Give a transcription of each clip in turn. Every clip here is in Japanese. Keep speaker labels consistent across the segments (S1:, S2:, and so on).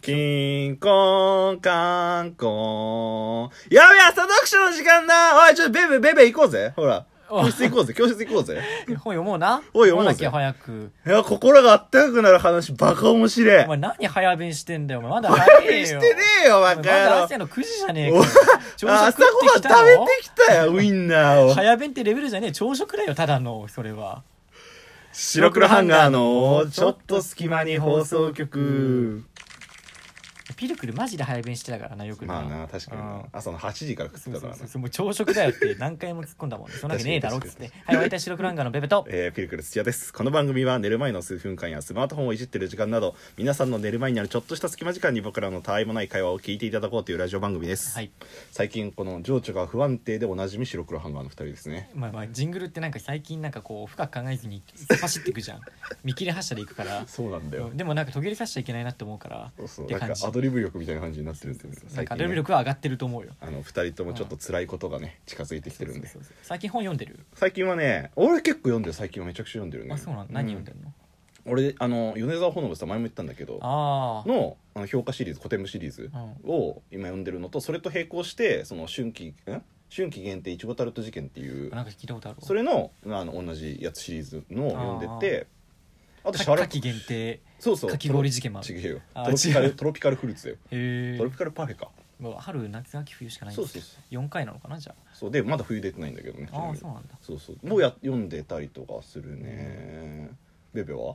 S1: キンコンカンコン。やべえ、朝読書の時間だおい、ちょっとベベ、ベベ行こうぜ。ほら。
S2: お
S1: 教室行こうぜ、教室行こうぜ。
S2: 本読もうな。
S1: おい読もうぜ
S2: なきゃ早く。
S1: いや、心があったかくなる話、バカ面白い
S2: お。前何早弁してんだよ、お前。まだ
S1: 早
S2: 早え
S1: 弁
S2: よ。
S1: してねえよ、
S2: お前
S1: バ
S2: ま
S1: カ
S2: だ
S1: 野郎
S2: 朝。の9時じゃねえ
S1: お
S2: か
S1: い
S2: よ。食
S1: 朝ごはん
S2: って
S1: 食
S2: きたの
S1: べてきたよ、ウインナーを。
S2: 早弁ってレベルじゃねえ。朝食だよ、ただの、それは。
S1: 白黒ハンガーのちょっと隙間に放送局
S2: ピルクルマジで早弁してたからな、よく
S1: まあな確かに
S2: うん
S1: な朝の8時から食
S2: そ
S1: っ
S2: う
S1: てた
S2: そう
S1: から
S2: そ
S1: な
S2: うそうもう朝食だよって何回も突っ込んだもんねそんなわけねえだろっつって
S1: 確
S2: はいお相手は白黒ランガーのベベと
S1: えー、ピルクル土屋ですこの番組は寝る前の数分間やスマートフォンをいじってる時間など皆さんの寝る前にあるちょっとした隙間時間に僕らのたわいもない会話を聞いていただこうというラジオ番組です、
S2: はい
S1: 最近この情緒が不安定でおなじみ白黒ハンガーの2人ですね
S2: まあまあジングルってなんか最近なんかこう深く考えずに走っていくじゃん見切れ発車でいくから
S1: そうなんだよ、
S2: うんでもなんか途切れさせちゃいけないなって思うから
S1: そうそう
S2: って
S1: なん
S2: 感
S1: か
S2: じ
S1: アドリブ力みたいな感じになってるんですよね
S2: なん
S1: 最
S2: か
S1: 近
S2: レベル
S1: ね
S2: 力は上がってると思うよ
S1: あの2人ともちょっと辛いことがね近づいてきてるんで
S2: そうそうそう最近本読んでる
S1: 最近はね俺結構読んでる最近はめちゃくちゃ読んでるね
S2: あそうなの何読んでるの
S1: 俺あの米沢ほのぶさん前も言ったんだけど
S2: ああ
S1: のあの評価シリーズ古典部シリーズ
S2: う
S1: を今読んでるのとそれと並行してその春季ん春季限定いちごタルト事件っていう
S2: なんか聞いたことある
S1: それのあの同じやつシリーズのを読んでてあとシャーロ
S2: 夏
S1: ッ
S2: 季
S1: ク
S2: 限定
S1: そうそう
S2: かき氷事件もある
S1: 違うよ
S2: あ
S1: トロピカ
S2: 違う
S1: ルトロピカルフルーツだよ
S2: へえ
S1: トロピカルパフェか
S2: もう春夏秋冬しかないん
S1: そ
S2: で
S1: う
S2: す
S1: そ
S2: け
S1: う
S2: ど
S1: そう
S2: 4回なのかなじゃ
S1: そうでまだ冬出てないんだけどね
S2: あああそうなんだ
S1: そうそうもうや読んでたりとかするねベベは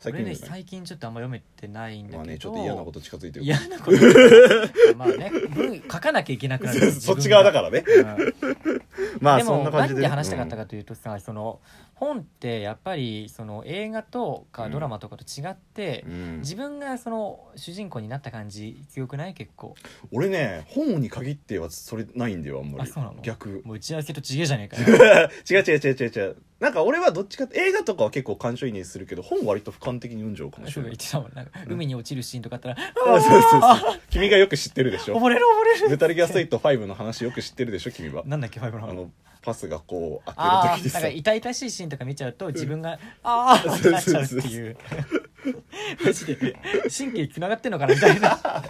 S1: 最
S2: 俺
S1: 近
S2: ね
S1: 読んでない
S2: 最近ちょっとあんま読めてないんだけど
S1: まあねちょっと嫌なこと近づいてる
S2: 嫌なことまあね文書かなきゃいけなくなる
S1: そっち側だからね
S2: ら、うん
S1: まあ
S2: で
S1: そん
S2: も
S1: な感
S2: 何
S1: じで
S2: で話したかった
S1: うん
S2: かというとさ、その本ってやっぱりその映画とかドラマとかと違って、
S1: うん
S2: 自分がその主人公になった感じ強くない結構
S1: 俺ね本に限ってはそれないんだよあんまり
S2: あそうなの
S1: 逆
S2: もう打ち合わせと違えじゃねえか
S1: 違う
S2: よ
S1: 違う違う違う違うなんか俺はどっちかって映画とかは結構感情移入するけど本割と俯瞰的に読んじゃうかもし
S2: す
S1: れ
S2: ぐ
S1: な
S2: 言っ
S1: い
S2: てたもんなんか海に落ちるシーンとかあったら「
S1: そうそうそうそう君がよく知ってるでしょ
S2: 溺れる溺れ
S1: メ
S2: る
S1: タルギアソイッド5の話よく知ってるでしょ君は」
S2: なんだっけファイブ
S1: あ
S2: の話
S1: のパスがこう開
S2: あ
S1: ける時
S2: ーな
S1: で
S2: ん
S1: さ
S2: か痛々しいシーンとか見ちゃうと自分が、ああってなっちゃうっていう マジで神経つながってんのかなみた いな
S1: ま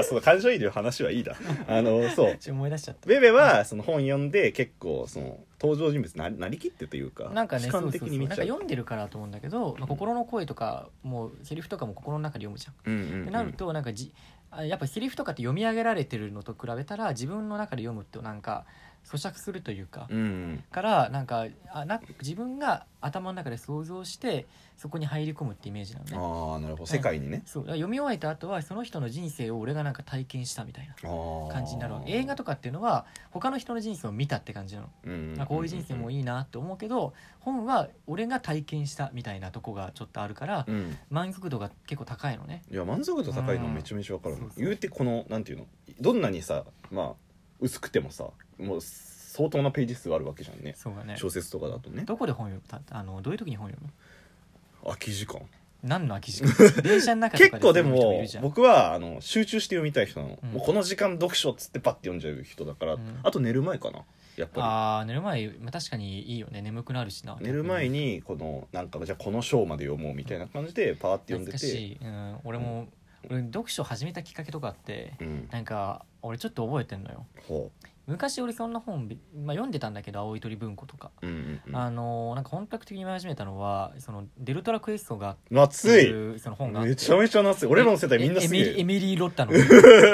S1: あその感情移入の話はいいだあのそう
S2: ちょ思い出しちゃった
S1: ベベはその本読んで結構その登場人物ななりきってというか
S2: なんかね
S1: 主
S2: そうそ
S1: 観
S2: うそ
S1: 的
S2: う
S1: に見
S2: なん
S1: ち
S2: か
S1: ゃう
S2: 読んでるからと思うんだけど、まあ、心の声とかもうセリフとかも心の中で読むじゃん。
S1: うんうんう
S2: っ
S1: ん
S2: てなるとなんかじあやっぱセリフとかって読み上げられてるのと比べたら自分の中で読むとなんか咀嚼するというか。
S1: うんうん
S2: からなんかあな自分が頭の中で想像してそこに入り込むってイメージなのね
S1: ああなるほど世界にね、
S2: そうだから読み終えた後はその人の人生を俺がなんか体験したみたいな
S1: ああ
S2: 感じになるわけ映画とかっていうのは他の人の人生を見たって感じなの、あこういう人生も
S1: い、
S2: いいなって思うけど本は俺が体験したみたいなとこがちょっとあるから
S1: うん、
S2: 満足度が結構高いのね
S1: いや満足度高いのめちゃめちゃわかる、
S2: うんそうそう
S1: 言うてこのなんていうのどんなにさまあ薄くてもさもう相当なページ数あるわけじゃんね
S2: そうだね
S1: 小説とかだとね
S2: どこで本読むたあのどういう時に本読む
S1: 空き時間
S2: 何の空き時 間電車の中と
S1: 結
S2: か
S1: 構で
S2: そういう人い
S1: も
S2: るじゃん
S1: 僕はあの集中して読みたい人なの、
S2: うん
S1: もうこの時間読書っつってパッて読んじゃう人だから、
S2: うん
S1: あと寝る前かなやっぱ
S2: あー寝る前、まあ、確かにいいよね眠くなるしな
S1: り寝る前にこのなんかじゃあこの章まで読もうみたいな感じでパーって読
S2: 懐
S1: んで
S2: か
S1: て、
S2: しい、うん、俺も、俺読書始めたきっかけとかあって
S1: うん、
S2: なんか俺ちょっと覚えてんのよ
S1: ほ
S2: 昔俺そんな本、まあ、読んでたんだけど「青い鳥文庫」とか、
S1: う、うんうんうん、
S2: あのーなんか本格的に読み始めたのはそのデルトラクエストがって
S1: 夏い
S2: いうその本があって
S1: めちゃめちゃ夏い俺らの世代みんな
S2: え
S1: す
S2: エ
S1: げ
S2: ミリエ
S1: え
S2: ミリー・ロッタの デ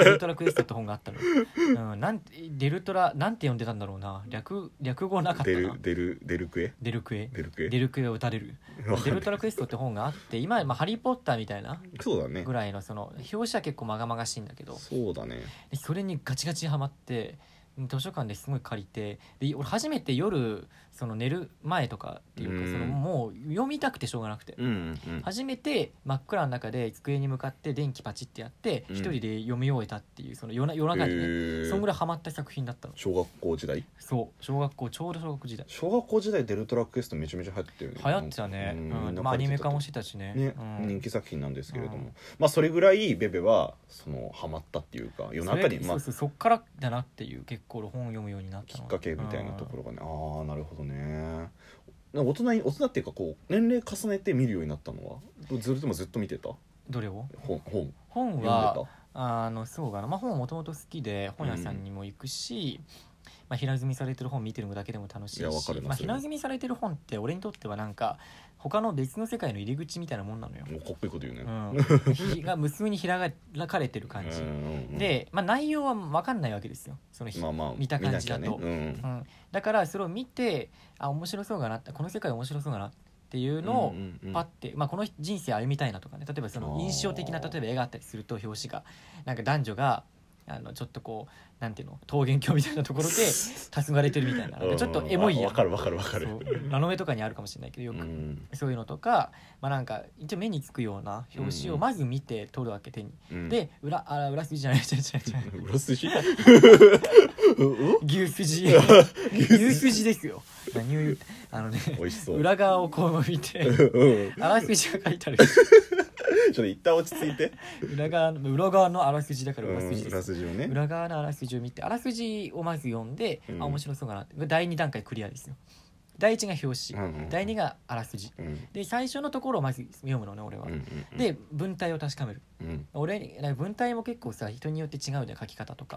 S2: ルトラクエストって本があったの、うん、なんてデルトラなんて読んでたんだろうな略略語なかった
S1: 出
S2: な
S1: る出る出るクエ
S2: デルクエ
S1: 出るク
S2: デ
S1: エ
S2: ルクエを打たれる
S1: わか
S2: デ
S1: んな
S2: ル
S1: い
S2: トラクエストって本があって今、まあ、ハリー・ポッターみたいな
S1: そうだね
S2: ぐらいのその表紙は結構まがまがしいんだけど
S1: そうだね
S2: でそれにガチガチにはまって図書館ですごい借りてで俺初めて夜その寝る前とかっていうか
S1: うん
S2: そのもう読みたくてしょうがなくて
S1: うんうん
S2: 初めて真っ暗の中で机に向かって電気パチってやって
S1: うん
S2: 一人で読み終えたっていうその夜な夜
S1: へ
S2: 中にね
S1: ー
S2: そんぐらいハマった作品だったの
S1: 小学校時代
S2: そう小学校ちょうど小学校時代
S1: 小学校時代デルトラクエストめちゃめちゃ流行ってるよね
S2: 流行ってたね
S1: う
S2: うんん
S1: みんな
S2: まあア
S1: 借
S2: ニ
S1: り
S2: メ
S1: てた
S2: 化もしてたしね
S1: ね、
S2: うん
S1: 人気作品なんですけれども、
S2: うん
S1: まあそれぐらいベベはそのハマったっていうか夜中に
S2: それ
S1: まあ
S2: そうそうそっからだなっていう結構本を読むようになった
S1: き
S2: の
S1: っかけみたいなところがね、ああなるほどね大人に大人っていうかこう年齢重ねて見るようになったのはずっともずっと見てた
S2: うんどれを
S1: 本本
S2: 本
S1: 読んで
S2: はあのそうかな、まあ、本はもともと好きで本屋さんにも行くし、まあ、平積みされてる本見てるのだけでも楽しいし
S1: いやわかるな
S2: まあ、
S1: それは
S2: 平積みされてる本って俺にとってはなんか他の別の世界の入り口みたいなもんなのよ
S1: た。もうかっこいいこと言うね。
S2: うん、ひが無数に開かれてる感じ
S1: うんうんうん、
S2: で、まあ、内容は分かんないわけですよその日、
S1: まあまあ
S2: 見た感じだと
S1: 見なきゃね
S2: うん、だからそれを見てあ面白そうだなってこの世界面白そうだなっていう
S1: うん、
S2: のを
S1: うんうんうん
S2: パッて、まあ、この人生歩みたいなとかね例えばその印象的な
S1: あー
S2: 例えば絵があったりすると表紙がなんか男女があのちょっとこうなんていうの桃源郷みたいなところ で黄昏れてるみたいななんかちょっとエモい
S1: うん
S2: や
S1: わ
S2: ん
S1: かるわかるわかる。
S2: そうラノベとかにあるかもしれないけどよ
S1: う
S2: く、
S1: ん
S2: そういうのとか,、まあ、なんか一応目につくような表紙
S1: うんう
S2: を
S1: ん
S2: まず見て撮るわけ手に、
S1: うん、
S2: で裏あ裏筋じゃない違う違う違う
S1: 裏筋
S2: 牛筋牛
S1: 牛
S2: 筋ですよ何を言うあのね
S1: 美味しそう。
S2: 裏側をこう見て
S1: うんうん
S2: あらすじが書いてある
S1: ちょっと一旦落ち着いて。
S2: 裏側の裏側のあらすじだから裏筋
S1: う
S2: で
S1: ん裏
S2: す、
S1: 筋をね。
S2: 裏側のあらすじを見てあらすじをまず読んで、
S1: うん
S2: あ面白そうかなって第2段階クリアですよ第1が表紙、
S1: うんうんうん
S2: 第2があらすじ
S1: うん
S2: で最初のところをまず読むのね俺は、
S1: うんうん、
S2: で文体を確かめる
S1: うん、
S2: 俺になんか文体も結構さ人によって違うじゃん書き方とか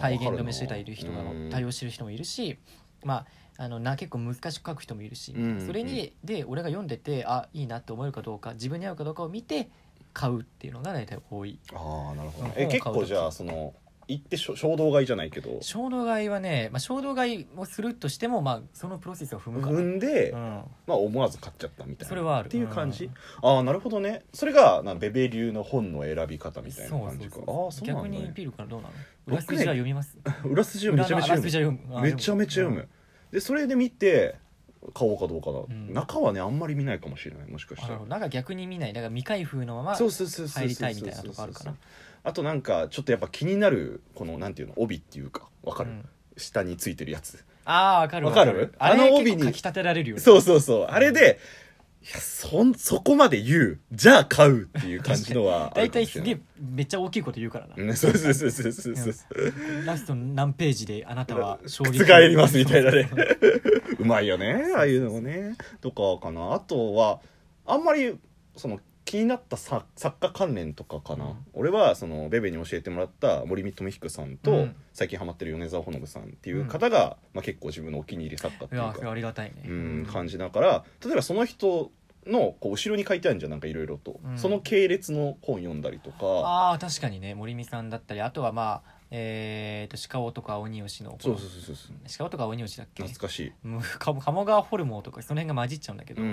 S2: 体
S1: 体
S2: 現止めしてたいる人が対応
S1: し
S2: してる人もいるし、まああのな結構難しく書く人もいるし、
S1: うん
S2: それにで俺が読んでてあいいなって思えるかどうか自分に合うかどうかを見て買うっていうのが大体多い
S1: あーなるほどね
S2: う
S1: え
S2: ん
S1: 結構じゃあその行ってしょ衝動買いじゃないけど
S2: 衝動買いはね、まあ、衝動買いをするとしても、まあ、そのプロセスを踏むか
S1: 踏
S2: ら、
S1: んで、
S2: うん、
S1: まあ思わず買っちゃったみたいな
S2: それはある
S1: っていう感じ、
S2: うん
S1: ああなるほどねそれがなベベ流の本の選び方みたいな感じかああそうなん
S2: 逆
S1: だ、
S2: に
S1: ね
S2: ピ、ールからどうなの裏
S1: 僕
S2: 筋
S1: ね
S2: は読みます
S1: 裏筋をめちゃめちゃ読む
S2: 裏のあらすじは読むあ
S1: めちゃめちゃ読む、でそれで見て買おうかどうかな、
S2: ん
S1: 中はねあんまり見ないかもしれないもしかし
S2: あな
S1: たら
S2: るほどなんか逆に見ないだから未開封のまま
S1: そうそうそうそうそう
S2: 入りたいみたいなとこあるかな
S1: あとなんかちょっとやっぱ気になるこのなんていうの帯っていうかわかる、
S2: うん
S1: 下についてるやつ
S2: ああわかる
S1: わかる
S2: あれ
S1: あの
S2: の
S1: 帯
S2: 帯
S1: に
S2: に書き立てられるよね
S1: そうそうそうあれでいやそんそこまで言うじゃあ買うっていう感じのは
S2: 大
S1: あるかも
S2: 体
S1: し
S2: す
S1: れな
S2: げ
S1: い
S2: えめっちゃ大きいこと言うからな、
S1: うんそうそうそうそうそうそう
S2: ラスト何ページであなたは衝撃
S1: 覆りますみたいな ねうまいよねああいうのもねとかかなあとはあんまりその気になった作作家関連とかかな、
S2: うん
S1: 俺はそのベベに教えてもらった森光智彦さんと、
S2: うん
S1: 最近ハマってる米沢ほのぶさんっていう方が、まあ、結構自分のお気に入り作家って
S2: い
S1: いう
S2: や
S1: か
S2: それありがたいね
S1: うん、感じだから例えばその人のこう後ろに書いてあるんじゃんなんかいろいろと、
S2: うん
S1: その系列の本読んだりとか
S2: ああ確かにね森美さんだったりあとはまあえー、と鹿尾とか鬼吉の
S1: そうそうそうそうそう
S2: 鹿尾とか鬼吉だっけ
S1: 懐かしい、
S2: もう鴨鴨川ホルモンとかその辺が混じっちゃうんだけど、
S1: うん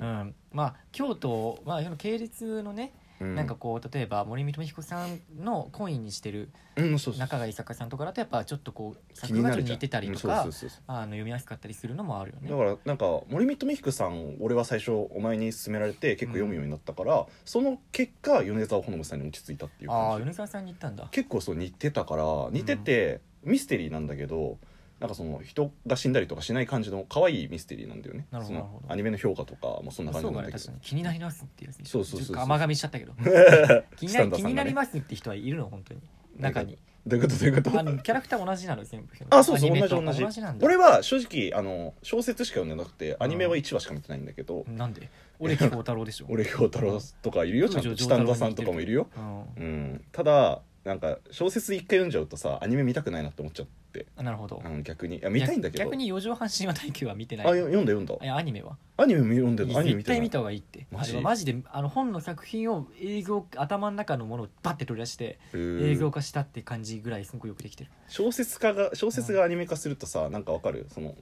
S2: うんまあ京都、まあ、その系列のね、
S1: うんうん、
S2: なんかこう例えば森光彦さんのコインにしてる
S1: うんそうそう
S2: 仲がいい作家さんとかだとやっぱちょっとこう
S1: 気
S2: 作
S1: に
S2: 画
S1: な
S2: と
S1: るじゃん
S2: 似てたりとか、
S1: うんそうそうそう
S2: あの読みやすかったりするのもあるよね
S1: だからなんか森光美彦さん俺は最初お前に勧められて結構読むようになったから、その結果米沢ほのぶさんに落ち着いたっていう
S2: ああ
S1: 感じ
S2: 米沢さんに言ったんだ
S1: 結構そう似てたから似てて、ミステリーなんだけどなんかその人が死んだりとかしない感じの可愛いミステリーなんだよね
S2: なるほどなるほど
S1: そのアニメの評価とかもそんな感じ
S2: そう
S1: な
S2: か
S1: んだ
S2: ね
S1: け
S2: 確か
S1: ど、
S2: に気になりますっていうやつでしょ
S1: そうそうそうそう
S2: ちょっと甘噛みしちゃったけど 気になり
S1: スタンダーさんがね
S2: 気になりますって人はいるの本当に 中に
S1: どういうことどういうこ
S2: あの
S1: と
S2: キャラクター同じなの全部
S1: あそうそう
S2: アニ
S1: 同
S2: メ
S1: じ
S2: と
S1: 同じ
S2: 同じなんだ
S1: 俺は正直あの小説しか読んでなくてアニメは1話しか見てないんだけど、
S2: なんで俺木孝太郎でしょ
S1: 俺京太郎とかいるよちゃんと
S2: 東
S1: チ
S2: 條
S1: タンダさんとかもいるよ
S2: うん
S1: うん、ただなんか小説一回読んじゃうとさアニメ見たくないなって思っちゃって、
S2: あなるほど
S1: うん、逆にいや見たいんだけど
S2: 逆に四畳半神話耐久は見てな
S1: あ
S2: い
S1: よ読んだ読んだ
S2: いやアニメは
S1: アニメも読んでるのアニメ
S2: 絶
S1: 見て
S2: 対
S1: ない
S2: 見た方がいいって
S1: マ
S2: あ
S1: ジ
S2: れはマジであの本の作品を映像頭の中のものをバッて取り出して映像
S1: うん
S2: 化したって感じぐらいすごくよくできてる
S1: 小説家が小説がアニメ化するとさなんかわかるその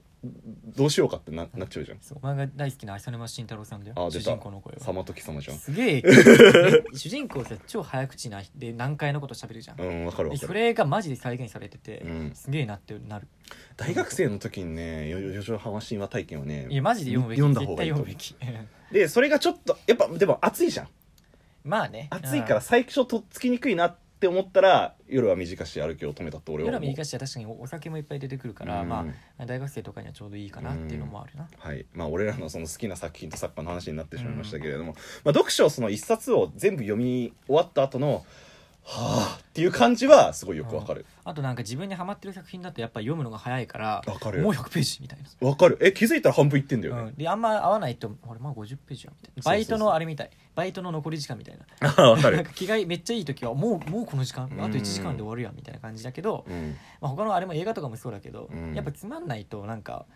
S1: どうしようかってななっちゃうじゃん
S2: そうお前が大好きな浅沼慎太郎さんだよ
S1: あ出
S2: 主
S1: た
S2: 人公の声は
S1: 様時様じゃん
S2: すげえ主人公さ超早口なで難解なこと喋るじゃん、
S1: うんわかるわ
S2: で
S1: か
S2: そ
S1: る、
S2: れがマジで再現されてて、
S1: うん、
S2: すげえなってなる
S1: 大学生の時にねよよ四畳半は神話体験をね
S2: いやマジで読むべき
S1: 読んだ方がいいと思う
S2: 絶対読むべ
S1: でそれがちょっとやっぱでも暑いじゃん
S2: き まあね
S1: 暑いから最初とっつきにくいなって思ったら夜は短し歩きを止めたって俺は
S2: 夜
S1: 思
S2: は
S1: う
S2: 右かしは確かにお酒もいっぱい出てくるから、
S1: うん
S2: まあ大学生とかにはちょうどいいかなっていうのもあるな、
S1: はいまあ、俺らのその好きな作品と作家の話になってしまいましたけれども、まあ、読書をその一冊を全部読み終わった後のはあっていう感じはすごいよくわかる
S2: あとなんか自分にハマってる作品だとやっぱり読むのが早いから
S1: わかる
S2: もう100ページみたいな
S1: わかるえ気づいたら半分いってんだよ
S2: う
S1: ね、
S2: ん、であんま合わないと俺まあ50ページやみたいな
S1: そ
S2: バ
S1: うそう
S2: イ
S1: そう
S2: トのあれみたいバイトの残り時間みたいな
S1: ああわか
S2: なん
S1: る
S2: か着替えめっちゃいい時はもうもうこの時間あと
S1: う
S2: 1
S1: ん
S2: 時間で終わるやみたいな感じだけど、
S1: うん
S2: まあ、他のあれも映画とかもそうだけど、
S1: うん
S2: やっぱつまんないとなんか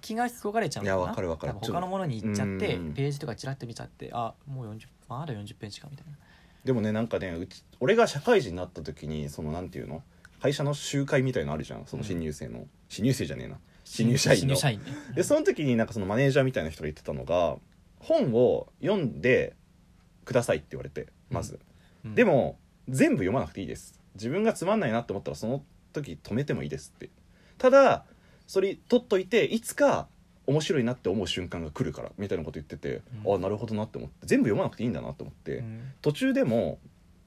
S2: 気がそがれちゃうの
S1: い
S2: な
S1: やわかるわかる
S2: 多分他のものに行っちゃって
S1: うん
S2: ページとかちらって見ちゃってあもう40まだ40ページかみたいな
S1: でもねなんかねうち俺が社会人になった時にそのなんていうの会社の集会みたいのあるじゃんその新入生の、新入生じゃねえな新入社員
S2: 新
S1: の
S2: 入社員ね
S1: でその時になんかそのマネージャーみたいな人が言ってたのが本を読んでくださいって言われてま
S2: う
S1: ず、
S2: ん
S1: でも全部読まなくていいです自分がつまんないなって思ったらその時止めてもいいですってただそれ取っといていつか面白いなって思う瞬間が来るからみたいなこと言ってて、
S2: うん
S1: あなるほどなって思って全部読まなくていいんだなって思って、
S2: うん
S1: 途中でも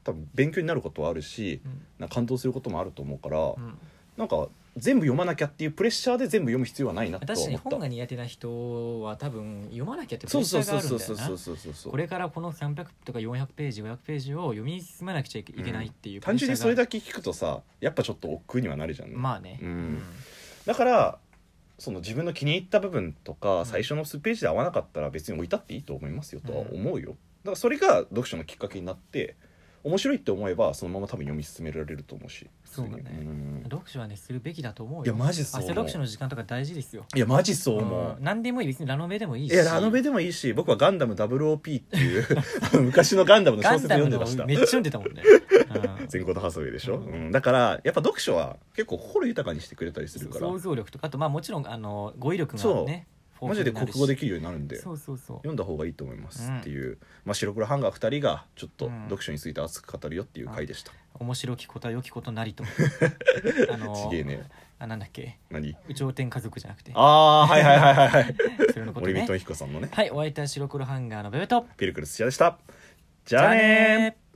S1: 多分勉強になることはあるし
S2: うん
S1: なんか感動することもあると思うから、
S2: うん
S1: なんか全部読まなきゃっていうプレッシャーで全部読む必要はないなとは
S2: 確か
S1: 思
S2: に
S1: った
S2: 本が苦手な人は多分読まなきゃってプ
S1: そ
S2: レッ
S1: う
S2: シ
S1: そ
S2: ャー
S1: う
S2: が
S1: そう
S2: あるんだよな
S1: そうそうそうそうそうそう
S2: これからこの300とか400ページ500ページを読み進まなくちゃいけないっていう
S1: 単純にそれ
S2: け
S1: だけ聞くとさやっぱちょっと億劫にはなるじゃん、
S2: まあね
S1: う
S2: うんん
S1: だからその自分の気に入った部分とか
S2: ん
S1: 最初の数ページで合わなかったら別に置いたっていいと思いますよとは思うよ、だからそれが読書のきっかけになって面白いって思えばそのまま多分読み進められると思うし
S2: そうだね
S1: 普通にん
S2: 読書はねするべきだと思うよ
S1: いやマジそう
S2: 朝
S1: 思う
S2: 読書の時間とか大事ですよ
S1: いやマジそう思う、
S2: うん何でもいい別にラノベでもいいし
S1: いやラノベでもいいし僕は「ガンダム007」っていう あの昔のガンダムの小
S2: ガ
S1: 説
S2: ンダ
S1: 読
S2: ム
S1: んで
S2: の
S1: ました
S2: めっちゃ読んでたもん ね、うん
S1: 全行のハサウェイでしょ、う
S2: うんん
S1: だからやっぱ読書は結構心豊かにしてくれたりするから
S2: 想像力とかあとまあもちろんあの語彙力がね
S1: マジで国語できるようになるん
S2: る
S1: で
S2: しそうそうそう
S1: 読んだ方がいいと思いま
S2: う
S1: す
S2: ん
S1: っていう、まあ、白黒ハンガー2人がちょっと
S2: うん
S1: 読書について熱く語るよっていう回でした、
S2: 面白きことは良きことなり とあの
S1: ちげえね
S2: あなんだっけ
S1: 何
S2: 有頂天家族じゃなくて
S1: ああーはいはいはいはい はい
S2: それのこと
S1: 森
S2: ね
S1: 光彦さんのね
S2: はいお相手は白黒ハンガーのベベと
S1: ピルクルス土屋でしたじゃあねー
S2: ー